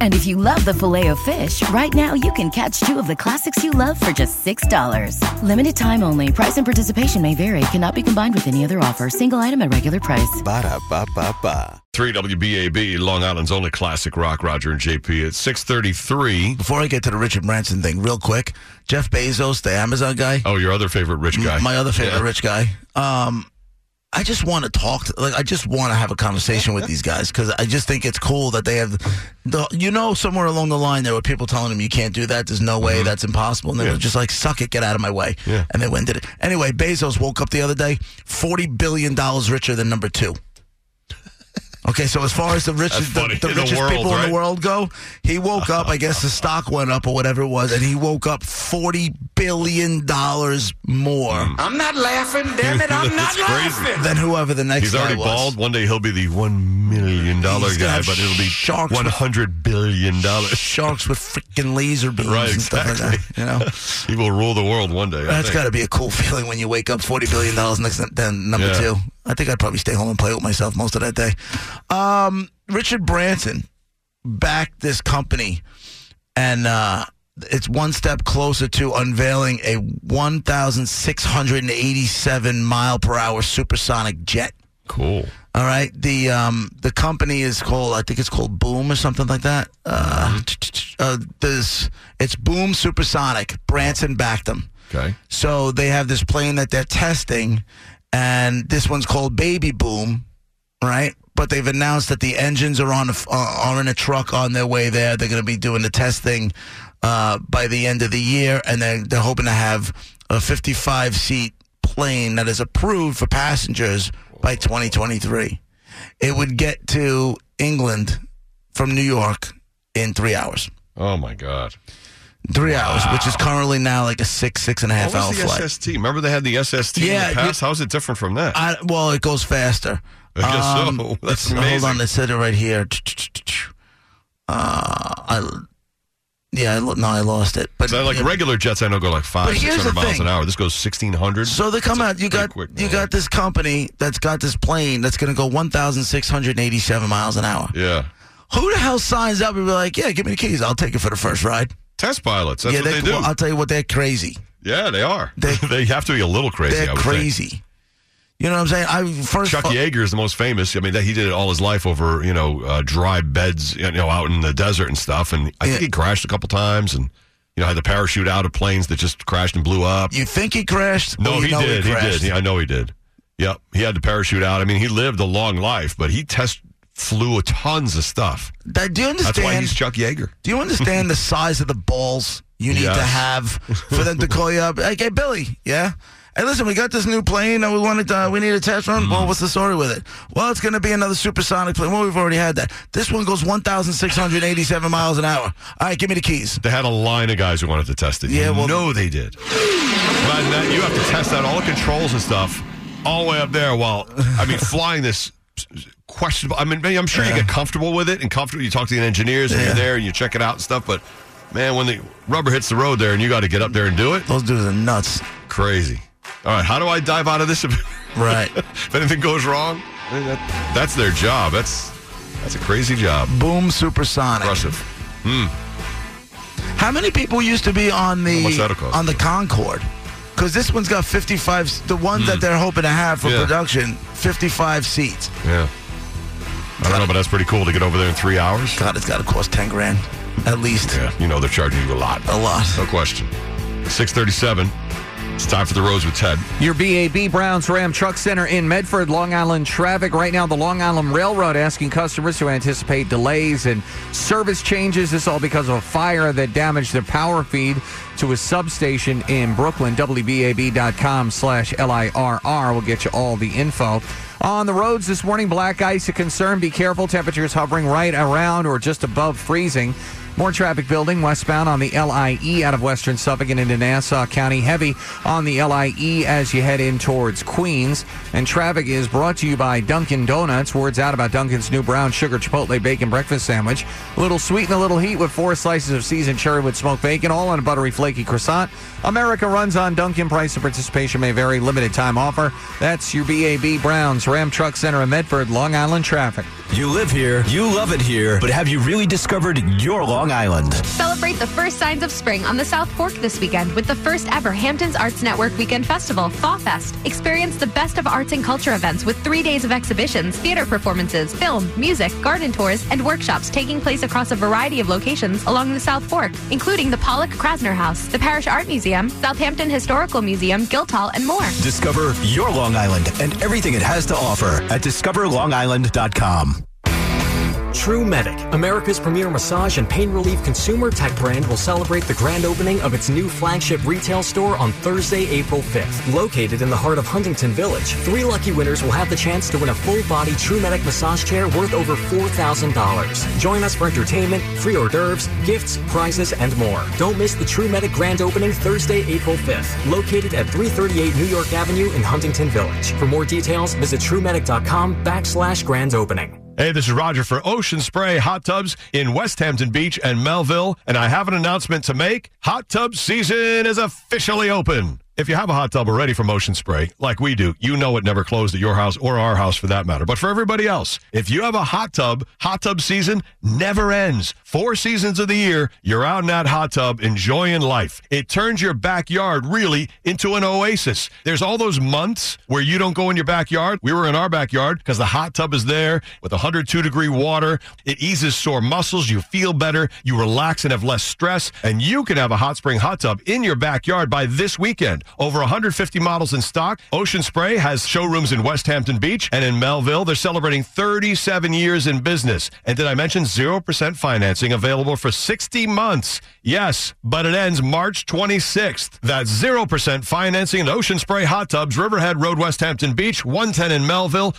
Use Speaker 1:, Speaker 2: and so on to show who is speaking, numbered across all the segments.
Speaker 1: And if you love the filet of fish, right now you can catch two of the classics you love for just $6. Limited time only. Price and participation may vary. Cannot be combined with any other offer. Single item at regular price.
Speaker 2: Ba-da-ba-ba-ba.
Speaker 3: 3 WBAB, Long Island's only classic rock, Roger and JP at 633.
Speaker 4: Before I get to the Richard Branson thing, real quick, Jeff Bezos, the Amazon guy,
Speaker 3: Oh, your other favorite rich guy.
Speaker 4: m- my other favorite
Speaker 3: Yeah.
Speaker 4: rich guy. Um, I just want to talk. To, like, I just want to have a conversation with these guys because I just think it's cool that they have. The, you know, somewhere along the line, there were people telling him, "You can't do that. There's no way. That's impossible." And they
Speaker 3: Mm-hmm. Yeah.
Speaker 4: were just like, "Suck it. Get out of my way."
Speaker 3: Yeah.
Speaker 4: And they went and did it anyway. Bezos woke up the other day, forty billion dollars richer than number two. Okay, so as far as the richest, the,
Speaker 3: funny.
Speaker 4: the
Speaker 3: In the
Speaker 4: richest
Speaker 3: world,
Speaker 4: people in
Speaker 3: right?
Speaker 4: the world go, he woke up. I guess the stock went up or whatever it was, and he woke up forty billion dollars more
Speaker 3: Mm.
Speaker 5: I'm not laughing, damn it, I'm not
Speaker 3: That's crazy.
Speaker 5: laughing.
Speaker 4: than whoever the next.
Speaker 3: He's
Speaker 4: guy
Speaker 3: already
Speaker 4: was.
Speaker 3: bald. One day he'll be the $1 million
Speaker 4: He's gonna
Speaker 3: guy,
Speaker 4: have
Speaker 3: but it'll be
Speaker 4: sharks with-
Speaker 3: $100 billion.
Speaker 4: Sharks with freaking laser beams
Speaker 3: Right,
Speaker 4: and stuff like that.
Speaker 3: exactly.
Speaker 4: You know,
Speaker 3: He will rule the world one day. I
Speaker 4: that's
Speaker 3: think.
Speaker 4: got to be a cool feeling when you wake up forty billion dollars next than number
Speaker 3: Yeah.
Speaker 4: two. I think I'd probably stay home and play with myself most of that day. Um, Richard Branson backed this company, and uh, it's one step closer to unveiling a one thousand six hundred and eighty-seven mile per hour supersonic jet.
Speaker 3: cool.
Speaker 4: All right. The um the company is called I think it's called Boom or something like that. Uh,
Speaker 3: Mm-hmm.
Speaker 4: uh this it's Boom Supersonic. Branson backed them.
Speaker 3: Okay.
Speaker 4: So they have this plane that they're testing, and this one's called Baby Boom, right? But they've announced that the engines are on a, f- uh, are in a truck on their way there. They're going to be doing the testing uh, by the end of the year, and they're, they're hoping to have a 55 seat plane that is approved for passengers by 2023. It would get to England from New York in three hours.
Speaker 3: Oh, my God.
Speaker 4: Three hours, which is currently now like a six, six and a half
Speaker 3: What
Speaker 4: hour
Speaker 3: was the
Speaker 4: flight.
Speaker 3: SST? Remember they had the SST
Speaker 4: Yeah,
Speaker 3: in the past? How's it different from that?
Speaker 4: I, well, it goes faster. Um,
Speaker 3: I guess so. That's
Speaker 4: it's- Hold
Speaker 3: amazing.
Speaker 4: on, it said it right here. Uh, I, yeah, I, lo- no, I lost it. But
Speaker 3: So, like
Speaker 4: yeah,
Speaker 3: regular jets, I know go like five,
Speaker 4: But here's
Speaker 3: six hundred
Speaker 4: the
Speaker 3: miles
Speaker 4: thing.
Speaker 3: an hour. This goes sixteen hundred.
Speaker 4: So they come out. You
Speaker 3: pretty
Speaker 4: got
Speaker 3: quick,
Speaker 4: you
Speaker 3: man.
Speaker 4: got this company that's got this plane that's going to go one thousand six hundred eighty-seven miles an hour.
Speaker 3: yeah,
Speaker 4: Who the hell signs up and be like, "Yeah, give me the keys. I'll take it for the first ride."
Speaker 3: test pilots. That's
Speaker 4: yeah, uh,
Speaker 3: what they do.
Speaker 4: I'll tell you what, they're crazy.
Speaker 3: yeah, they are. They,
Speaker 4: They-
Speaker 3: have to be a little crazy.
Speaker 4: They're
Speaker 3: I would think.
Speaker 4: crazy. You know what I'm saying? I first
Speaker 3: Chuck E. Yeager is the most famous. I mean, that he did it all his life over you know uh, dry beds, you know, out in the desert and stuff. And I think
Speaker 4: Yeah.
Speaker 3: he crashed a couple times, and you know had the parachute out of planes that just crashed and blew up.
Speaker 4: You think he crashed?
Speaker 3: No,
Speaker 4: or Oh, you
Speaker 3: he
Speaker 4: know
Speaker 3: did.
Speaker 4: He,
Speaker 3: He,
Speaker 4: crashed?
Speaker 3: did. Yeah, I know he did. Yep, he had the parachute out. I mean, he lived a long life, but he test flew tons of stuff.
Speaker 4: That- Do you understand?
Speaker 3: That's why he's Chuck Yeager.
Speaker 4: Do you understand the size of the balls you need
Speaker 3: Yes.
Speaker 4: to have for them to call you up? Like, hey, Billy, yeah? Hey, listen, we got this new plane and we wanted to, we need a test run.
Speaker 3: Mm.
Speaker 4: Well, what's the story with it? Well, it's going to be another supersonic plane. Well, we've already had that. This one goes 1,687 miles an hour. All right, give me the keys.
Speaker 3: They had a line of guys who wanted to test it.
Speaker 4: Yeah,
Speaker 3: you
Speaker 4: well-
Speaker 3: know they did. Imagine that you have to test out all the controls and stuff all the way up there. While I mean, flying this questionable. I mean, I'm sure you get comfortable with it and comfortable. You talk to the engineers and
Speaker 4: Yeah.
Speaker 3: you're there and you check it out and stuff. But man, when the rubber hits the road there and you got to get up there and do it,
Speaker 4: Those dudes are nuts.
Speaker 3: crazy. All right, how do I dive out of this? If,
Speaker 4: Right.
Speaker 3: if anything goes wrong, I mean, that- that's their job. That's that's a crazy job.
Speaker 4: Boom, supersonic.
Speaker 3: Impressive.
Speaker 4: How many people used to be on the
Speaker 3: How much that'll cost?
Speaker 4: on the Concorde? Because this one's got 55, the ones that they're hoping to have for
Speaker 3: Mm. Yeah.
Speaker 4: production, 55 seats.
Speaker 3: Yeah. I don't know, but that's pretty cool to get over there in three hours.
Speaker 4: God, it's got to cost 10 grand at least.
Speaker 3: Yeah, you know they're charging you a lot.
Speaker 4: A lot.
Speaker 3: No question. 637. It's time for the roads with Ted.
Speaker 6: Your BAB Browns Ram Truck Center in Medford, Long Island traffic. Right now, the Long Island Railroad asking customers to anticipate delays and service changes. This all because of a fire that damaged the power feed to a substation in Brooklyn. WBAB.com slash L-I-R-R will get you all the info. On the roads this morning, black ice a concern. Be careful. Temperatures hovering right around or just above freezing. More traffic building westbound on the LIE out of western Suffolk and into Nassau County. Heavy on the LIE as you head in towards Queens. And traffic is brought to you by Dunkin' Donuts. Words out about Dunkin's new brown sugar chipotle bacon breakfast sandwich. A little sweet and a little heat with four slices of seasoned cherry with smoked bacon, all on a buttery flaky croissant. America runs on Dunkin' price and participation may vary. Limited time offer. That's your BAB Browns Ram Truck Center in Medford, Long Island traffic.
Speaker 7: You live here, you love it here, but have you really discovered your Long Island?
Speaker 8: Celebrate the first signs of spring on the South Fork this weekend with the first ever Hamptons Arts Network Weekend Festival, Fall Fest. Experience the best of arts and culture events with three days of exhibitions, theater performances, film, music, garden tours, and workshops taking place across a variety of locations along the South Fork, including the Pollock Krasner House, the Parish Art Museum, Southampton Historical Museum, Guildhall, and more.
Speaker 7: Discover your Long Island and everything it has to offer at discoverlongisland.com.
Speaker 9: True Medic, America's premier massage and pain relief consumer tech brand, will celebrate the grand opening of its new flagship retail store on Thursday, April 5th. Located in the heart of Huntington Village, three lucky winners will have the chance to win a full body True Medic massage chair worth over $4,000. Join us for entertainment, free hors d'oeuvres, gifts, prizes, and more. Don't miss the True Medic grand opening Thursday, April 5th, located at 338 New York Avenue in Huntington Village. For more details, visit truemedic.com backslash grand opening.
Speaker 3: Hey, this is Roger for Ocean Spray Hot Tubs in West Hampton Beach and Melville, and I have an announcement to make. Hot tub season is officially open. If you have a hot tub already from Ocean Spray, like we do, you know it never closed at your house or our house for that matter. But for everybody else, if you have a hot tub, hot tub season never ends. Four seasons of the year, you're out in that hot tub enjoying life. It turns your backyard really into an oasis. There's all those months where you don't go in your backyard. We were in our backyard because the hot tub is there with 102 degree water. It eases sore muscles. You feel better. You relax and have less stress. And you can have a hot spring hot tub in your backyard by this weekend. Over 150 models in stock. Ocean Spray has showrooms in West Hampton Beach and in Melville. They're celebrating 37 years in business. And did I mention 0% financing available for 60 months? Yes, but it ends March 26th. That's 0% financing at Ocean Spray Hot Tubs, Riverhead Road, West Hampton Beach, 110 in Melville,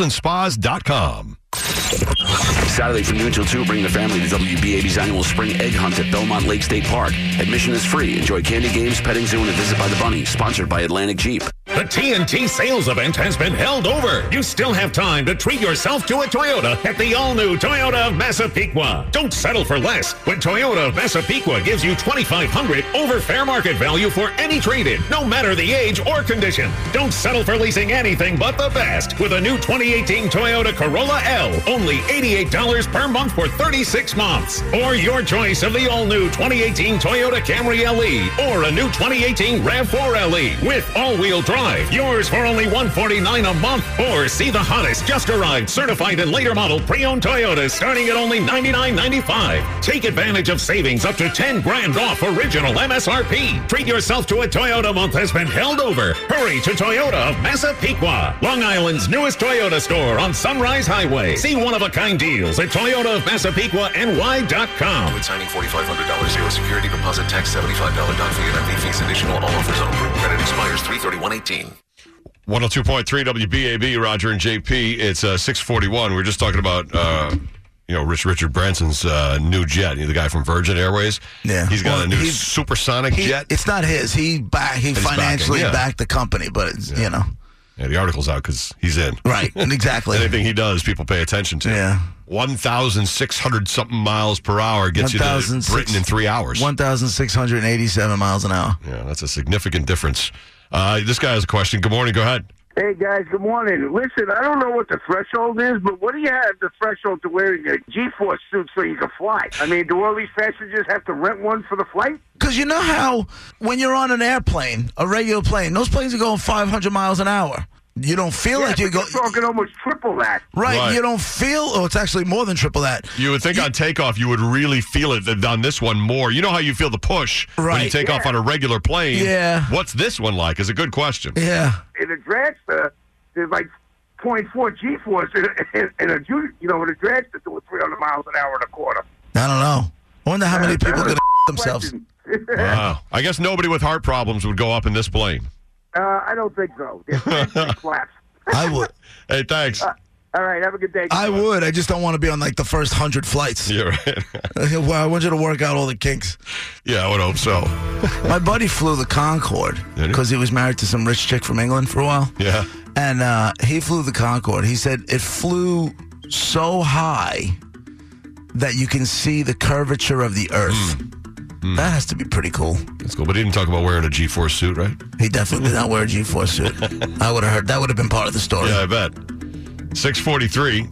Speaker 3: oceanspraypoolsandspas.com.
Speaker 10: Saturday from noon until 2, bring the family to WBAB's annual spring egg hunt at Belmont Lake State Park. Admission is free. Enjoy candy games, petting zoo, and a visit by the bunny. Sponsored by Atlantic Jeep.
Speaker 11: The TNT sales event has been held over. You still have time to treat yourself to a Toyota at the all-new Toyota of Massapequa. Don't settle for less. When Toyota of Massapequa gives you 2500 over fair market value for any trade-in, no matter the age or condition. Don't settle for leasing anything but the best with a new 2018 Toyota Corolla L, only $88 per month for 36 months. Or your choice of the all-new 2018 Toyota Camry LE or a new 2018 RAV4 LE E. with all-wheel drive. Yours for only $149 a month. Or see the hottest, just arrived, certified and later model pre-owned Toyotas starting at only $99.95. Take advantage of savings up to 10 grand off original MSRP. Treat yourself to a Toyota month has been held over. Hurry to Toyota of Massapequa, Long Island's newest Toyota store on Sunrise Highway. See one-of-a-kind deals at Toyota of Massapequa NY.com.
Speaker 12: When signing $4,500 zero security deposit tax, $75 down fee and MV fees additional, all offers on group credit expires 331
Speaker 3: 102.3 WBAB, Roger and JP. It's uh, 641. We were just talking about, uh, you know, Rich Richard Branson's uh, new jet. You know, the guy from Virgin Airways.
Speaker 4: Yeah.
Speaker 3: He's got
Speaker 4: Well,
Speaker 3: a new
Speaker 4: he's-
Speaker 3: supersonic
Speaker 4: He-
Speaker 3: jet.
Speaker 4: It's not his. He back, he
Speaker 3: backing,
Speaker 4: financially
Speaker 3: yeah.
Speaker 4: backed the company, but it's, you know,
Speaker 3: Yeah, the article's out because he's in.
Speaker 4: right? Exactly.
Speaker 3: Anything he does, people pay attention to.
Speaker 4: Yeah.
Speaker 3: 1,600 something miles per hour gets you
Speaker 4: 1,006
Speaker 3: to Britain in three hours.
Speaker 4: One thousand six hundred eighty-seven miles an hour.
Speaker 3: Yeah, that's a significant difference. Uh, this guy has a question. Good morning. Go ahead.
Speaker 13: Hey guys, good morning. Listen, I don't know what the threshold is, but what do you have the threshold to wearing a G-force suit so you can fly? I mean, do all these passengers have to rent one for the flight?
Speaker 4: Because you know how when you're on an airplane, a regular plane, those planes are going 500 miles an hour. You don't feel like you go
Speaker 13: You're talking almost triple that.
Speaker 4: right,
Speaker 3: Right.
Speaker 4: You don't feel. Oh, it's actually more than triple that.
Speaker 3: You would think on takeoff you would really feel it th- on this one more. You know how you feel the push when you
Speaker 4: Right.
Speaker 3: take off on a regular plane.
Speaker 4: Yeah.
Speaker 3: What's this one like? Is a good question.
Speaker 4: Yeah.
Speaker 13: In a dragster, there's like 0.4 G-force in a, in, in a ju- you know in a dragster doing 300 miles an hour and a quarter.
Speaker 4: I don't know. I wonder how many people are
Speaker 13: That's
Speaker 4: gonna
Speaker 13: a
Speaker 4: themselves.
Speaker 13: question.
Speaker 3: Wow. I guess nobody with heart problems would go up in this plane.
Speaker 13: uh, I don't think so. They're flaps.
Speaker 4: I would.
Speaker 3: Hey, thanks.
Speaker 13: All right, have a good day.
Speaker 4: I would. I just don't want to be on like the first hundred flights. Uh,
Speaker 3: Yeah, right.
Speaker 4: well, I want you to work out all the kinks.
Speaker 3: Yeah, I would hope so.
Speaker 4: My buddy flew the Concorde because he was married to some rich chick from England for a while.
Speaker 3: Yeah.
Speaker 4: And uh, he flew the Concorde. He said it flew so high that you can see the curvature of the earth.
Speaker 3: Hmm.
Speaker 4: That has to be pretty cool.
Speaker 3: That's cool. But he didn't talk about wearing a G4 suit, right?
Speaker 4: He definitely did not wear a G4 suit. I would have heard that would have been part of the story.
Speaker 3: Yeah, I bet. 643.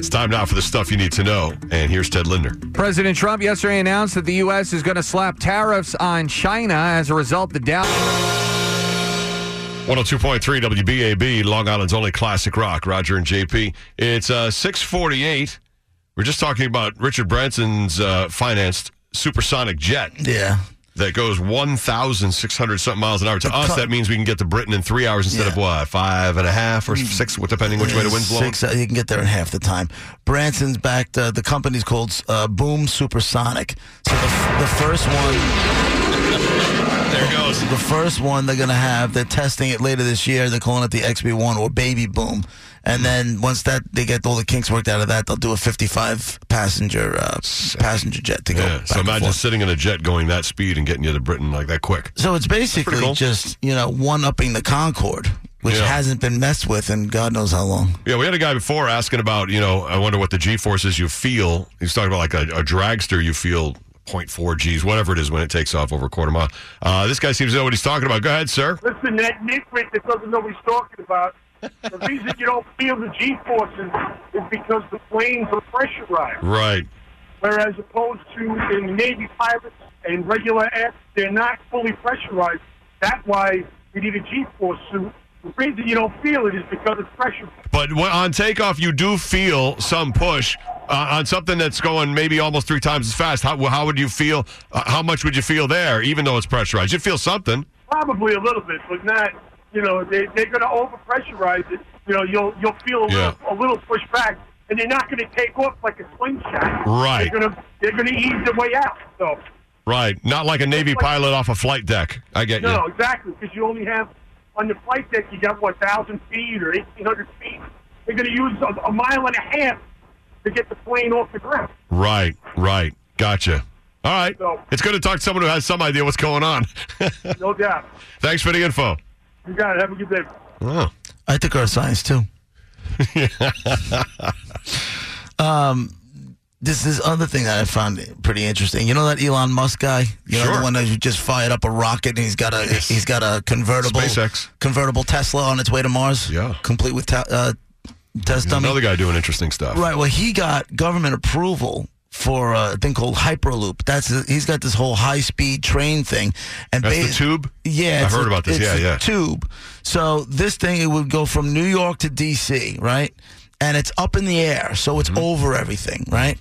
Speaker 3: It's time now for the stuff you need to know. And here's Ted Linder.
Speaker 6: President Trump yesterday announced that the U.S. is going to slap tariffs on China. As a result, the Dow.
Speaker 3: 102.3 WBAB, Long Island's only classic rock. Roger and JP. It's uh, 648. We're just talking about Richard Branson's uh, financed supersonic jet.
Speaker 4: Yeah.
Speaker 3: That goes 1,600 something miles an hour. To us, that means we can get to Britain in three hours instead of what, five and a half or six, depending which way the wind's blowing.
Speaker 4: Mm. Six, uh, you can get there in half the time. Branson's backed. Uh, the company's called uh, Boom Supersonic. So the, f- the first one.
Speaker 3: There goes.
Speaker 4: The first one they're going to have. They're testing it later this year. They're calling it the XB1 or Baby Boom. And then once that they get all the kinks worked out of that, they'll do a 55 passenger uh, passenger jet to go.
Speaker 3: Yeah,
Speaker 4: back
Speaker 3: so
Speaker 4: and
Speaker 3: imagine
Speaker 4: forth.
Speaker 3: sitting in a jet going that speed and getting you to Britain like that quick.
Speaker 4: So it's basically
Speaker 3: cool.
Speaker 4: just you know one upping the Concorde, which
Speaker 3: Yeah.
Speaker 4: hasn't been messed with in God knows how long.
Speaker 3: Yeah, we had a guy before asking about, you know, I wonder what the G forces you feel. He was talking about like a, a dragster you feel 0.4 Gs, whatever it is when it takes off over a quarter mile. Uh, this guy seems to know what he's talking about. Go ahead, sir.
Speaker 14: Listen, that nitwit that doesn't know what he's talking about, the reason you don't feel the G forces is because the planes are pressurized.
Speaker 3: Right.
Speaker 14: Whereas opposed to in Navy pilots and regular air, they're not fully pressurized. That's why you need a G force suit. The reason you don't feel it is because it's pressure.
Speaker 3: But when, on takeoff, you do feel some push uh, on something that's going maybe almost three times as fast. How, how would you feel? Uh, how much would you feel there, even though it's pressurized? You'd feel something.
Speaker 14: Probably a little bit, but not. You know, they, they're going to over pressurize it. You know, you'll you'll feel a,
Speaker 3: Yeah.
Speaker 14: little, a little pushback, and they're not going to take off like a slingshot.
Speaker 3: Right.
Speaker 14: They're going to they're going to ease their way out. So
Speaker 3: Right. Not like a Navy pilot off a flight deck. I get
Speaker 14: no,
Speaker 3: you.
Speaker 14: exactly, because you only have on the flight deck you got what thousand feet or eighteen hundred feet. They're going to use a, a mile and a half to get the plane off the ground.
Speaker 3: Right, right. Gotcha. All right.
Speaker 14: No.
Speaker 3: It's good to talk to someone who has some idea what's going on.
Speaker 14: No doubt.
Speaker 3: Thanks for the info.
Speaker 14: You got it. Have a good day.
Speaker 3: Oh.
Speaker 4: I took our science too. um, this is other thing that I found pretty interesting. You know that Elon Musk guy? You know
Speaker 3: Sure.
Speaker 4: the one that just fired up a rocket and he's got a he's got a convertible
Speaker 3: SpaceX.
Speaker 4: convertible Tesla on its way to Mars. Yeah, complete with te- uh, test dummy.
Speaker 3: Another guy doing interesting stuff.
Speaker 4: Right. Well, he got government approval for a thing called Hyperloop. That's he's got this whole high speed train thing. And
Speaker 3: That's the tube?
Speaker 4: Yeah,
Speaker 3: I've
Speaker 4: it's
Speaker 3: heard
Speaker 4: a-
Speaker 3: about this.
Speaker 4: it's
Speaker 3: Yeah,
Speaker 4: a
Speaker 3: yeah.
Speaker 4: Tube. So this thing it would go from New York to D.C. Right, and it's up in the air, so
Speaker 3: Mm-hmm.
Speaker 4: it's over everything. Right,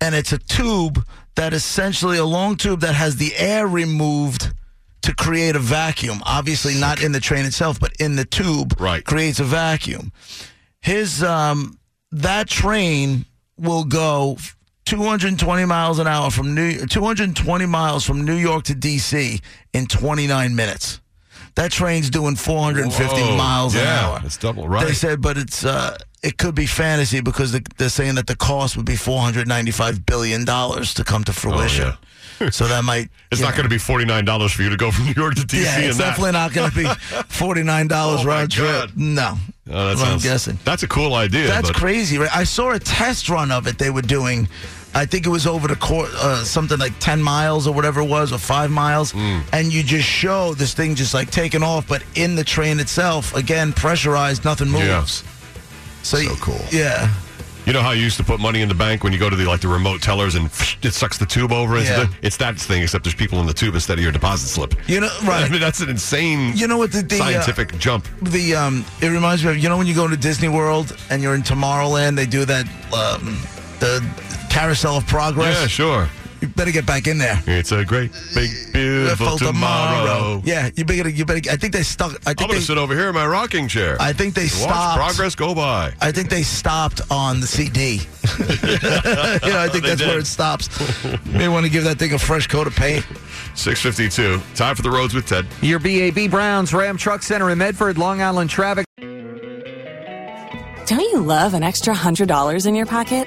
Speaker 4: and it's a tube that essentially a long tube that has the air removed. To create a vacuum, obviously not in the train itself, but in the tube, right. creates a vacuum his um that train will go 220 miles an hour from New 220 miles from New York to DC in 29 minutes. That train's doing 450
Speaker 3: Whoa.
Speaker 4: miles an
Speaker 3: Yeah,
Speaker 4: hour.
Speaker 3: it's double, right.
Speaker 4: They said, but it's uh, it could be fantasy because the, they're saying that the cost would be 495 billion dollars to come to fruition. So that might
Speaker 3: Oh, It's not going to be $49 for you to go from New York to D.C.
Speaker 4: yeah, it's
Speaker 3: and that.
Speaker 4: definitely not going to be 49 dollars
Speaker 3: Oh, my
Speaker 4: round trip.
Speaker 3: God.
Speaker 4: No,
Speaker 3: Oh, that
Speaker 4: Well, I'm
Speaker 3: sounds-
Speaker 4: guessing.
Speaker 3: That's a cool idea.
Speaker 4: That's
Speaker 3: but
Speaker 4: crazy, right? I saw a test run of it they were doing. I think it was over the court, uh, something like 10 miles or whatever it was, or five miles. And you just show this thing just like taking off, but in the train itself, again, pressurized, nothing moves. So, cool. Yeah.
Speaker 3: You know how you used to put money in the bank when you go to the like the remote tellers and it sucks the tube over? into
Speaker 4: Yeah.
Speaker 3: the- it's that thing, except there's people in the tube instead of your deposit slip.
Speaker 4: You know, right.
Speaker 3: I mean, that's an insane
Speaker 4: You know what the, the uh,
Speaker 3: scientific jump.
Speaker 4: the um it reminds me of you know when you go to Disney World and you're in Tomorrowland they do that um the carousel of progress
Speaker 3: Yeah, sure.
Speaker 4: you better get back in there
Speaker 3: It's a great, big, beautiful tomorrow.
Speaker 4: yeah you better you better I think they stuck I
Speaker 3: I'm
Speaker 4: think
Speaker 3: going
Speaker 4: they,
Speaker 3: to sit over here in my rocking chair.
Speaker 4: I think they
Speaker 3: and
Speaker 4: stopped.
Speaker 3: Watch progress go by.
Speaker 4: I think they stopped on the CD you know I think
Speaker 3: They
Speaker 4: that's
Speaker 3: did.
Speaker 4: where it stops you may want to give that thing a fresh coat of paint
Speaker 3: 652. Time for the roads with Ted.
Speaker 6: Your BAB Browns Ram Truck Center in Medford, Long Island traffic.
Speaker 11: Don't you love an extra $100 in your pocket?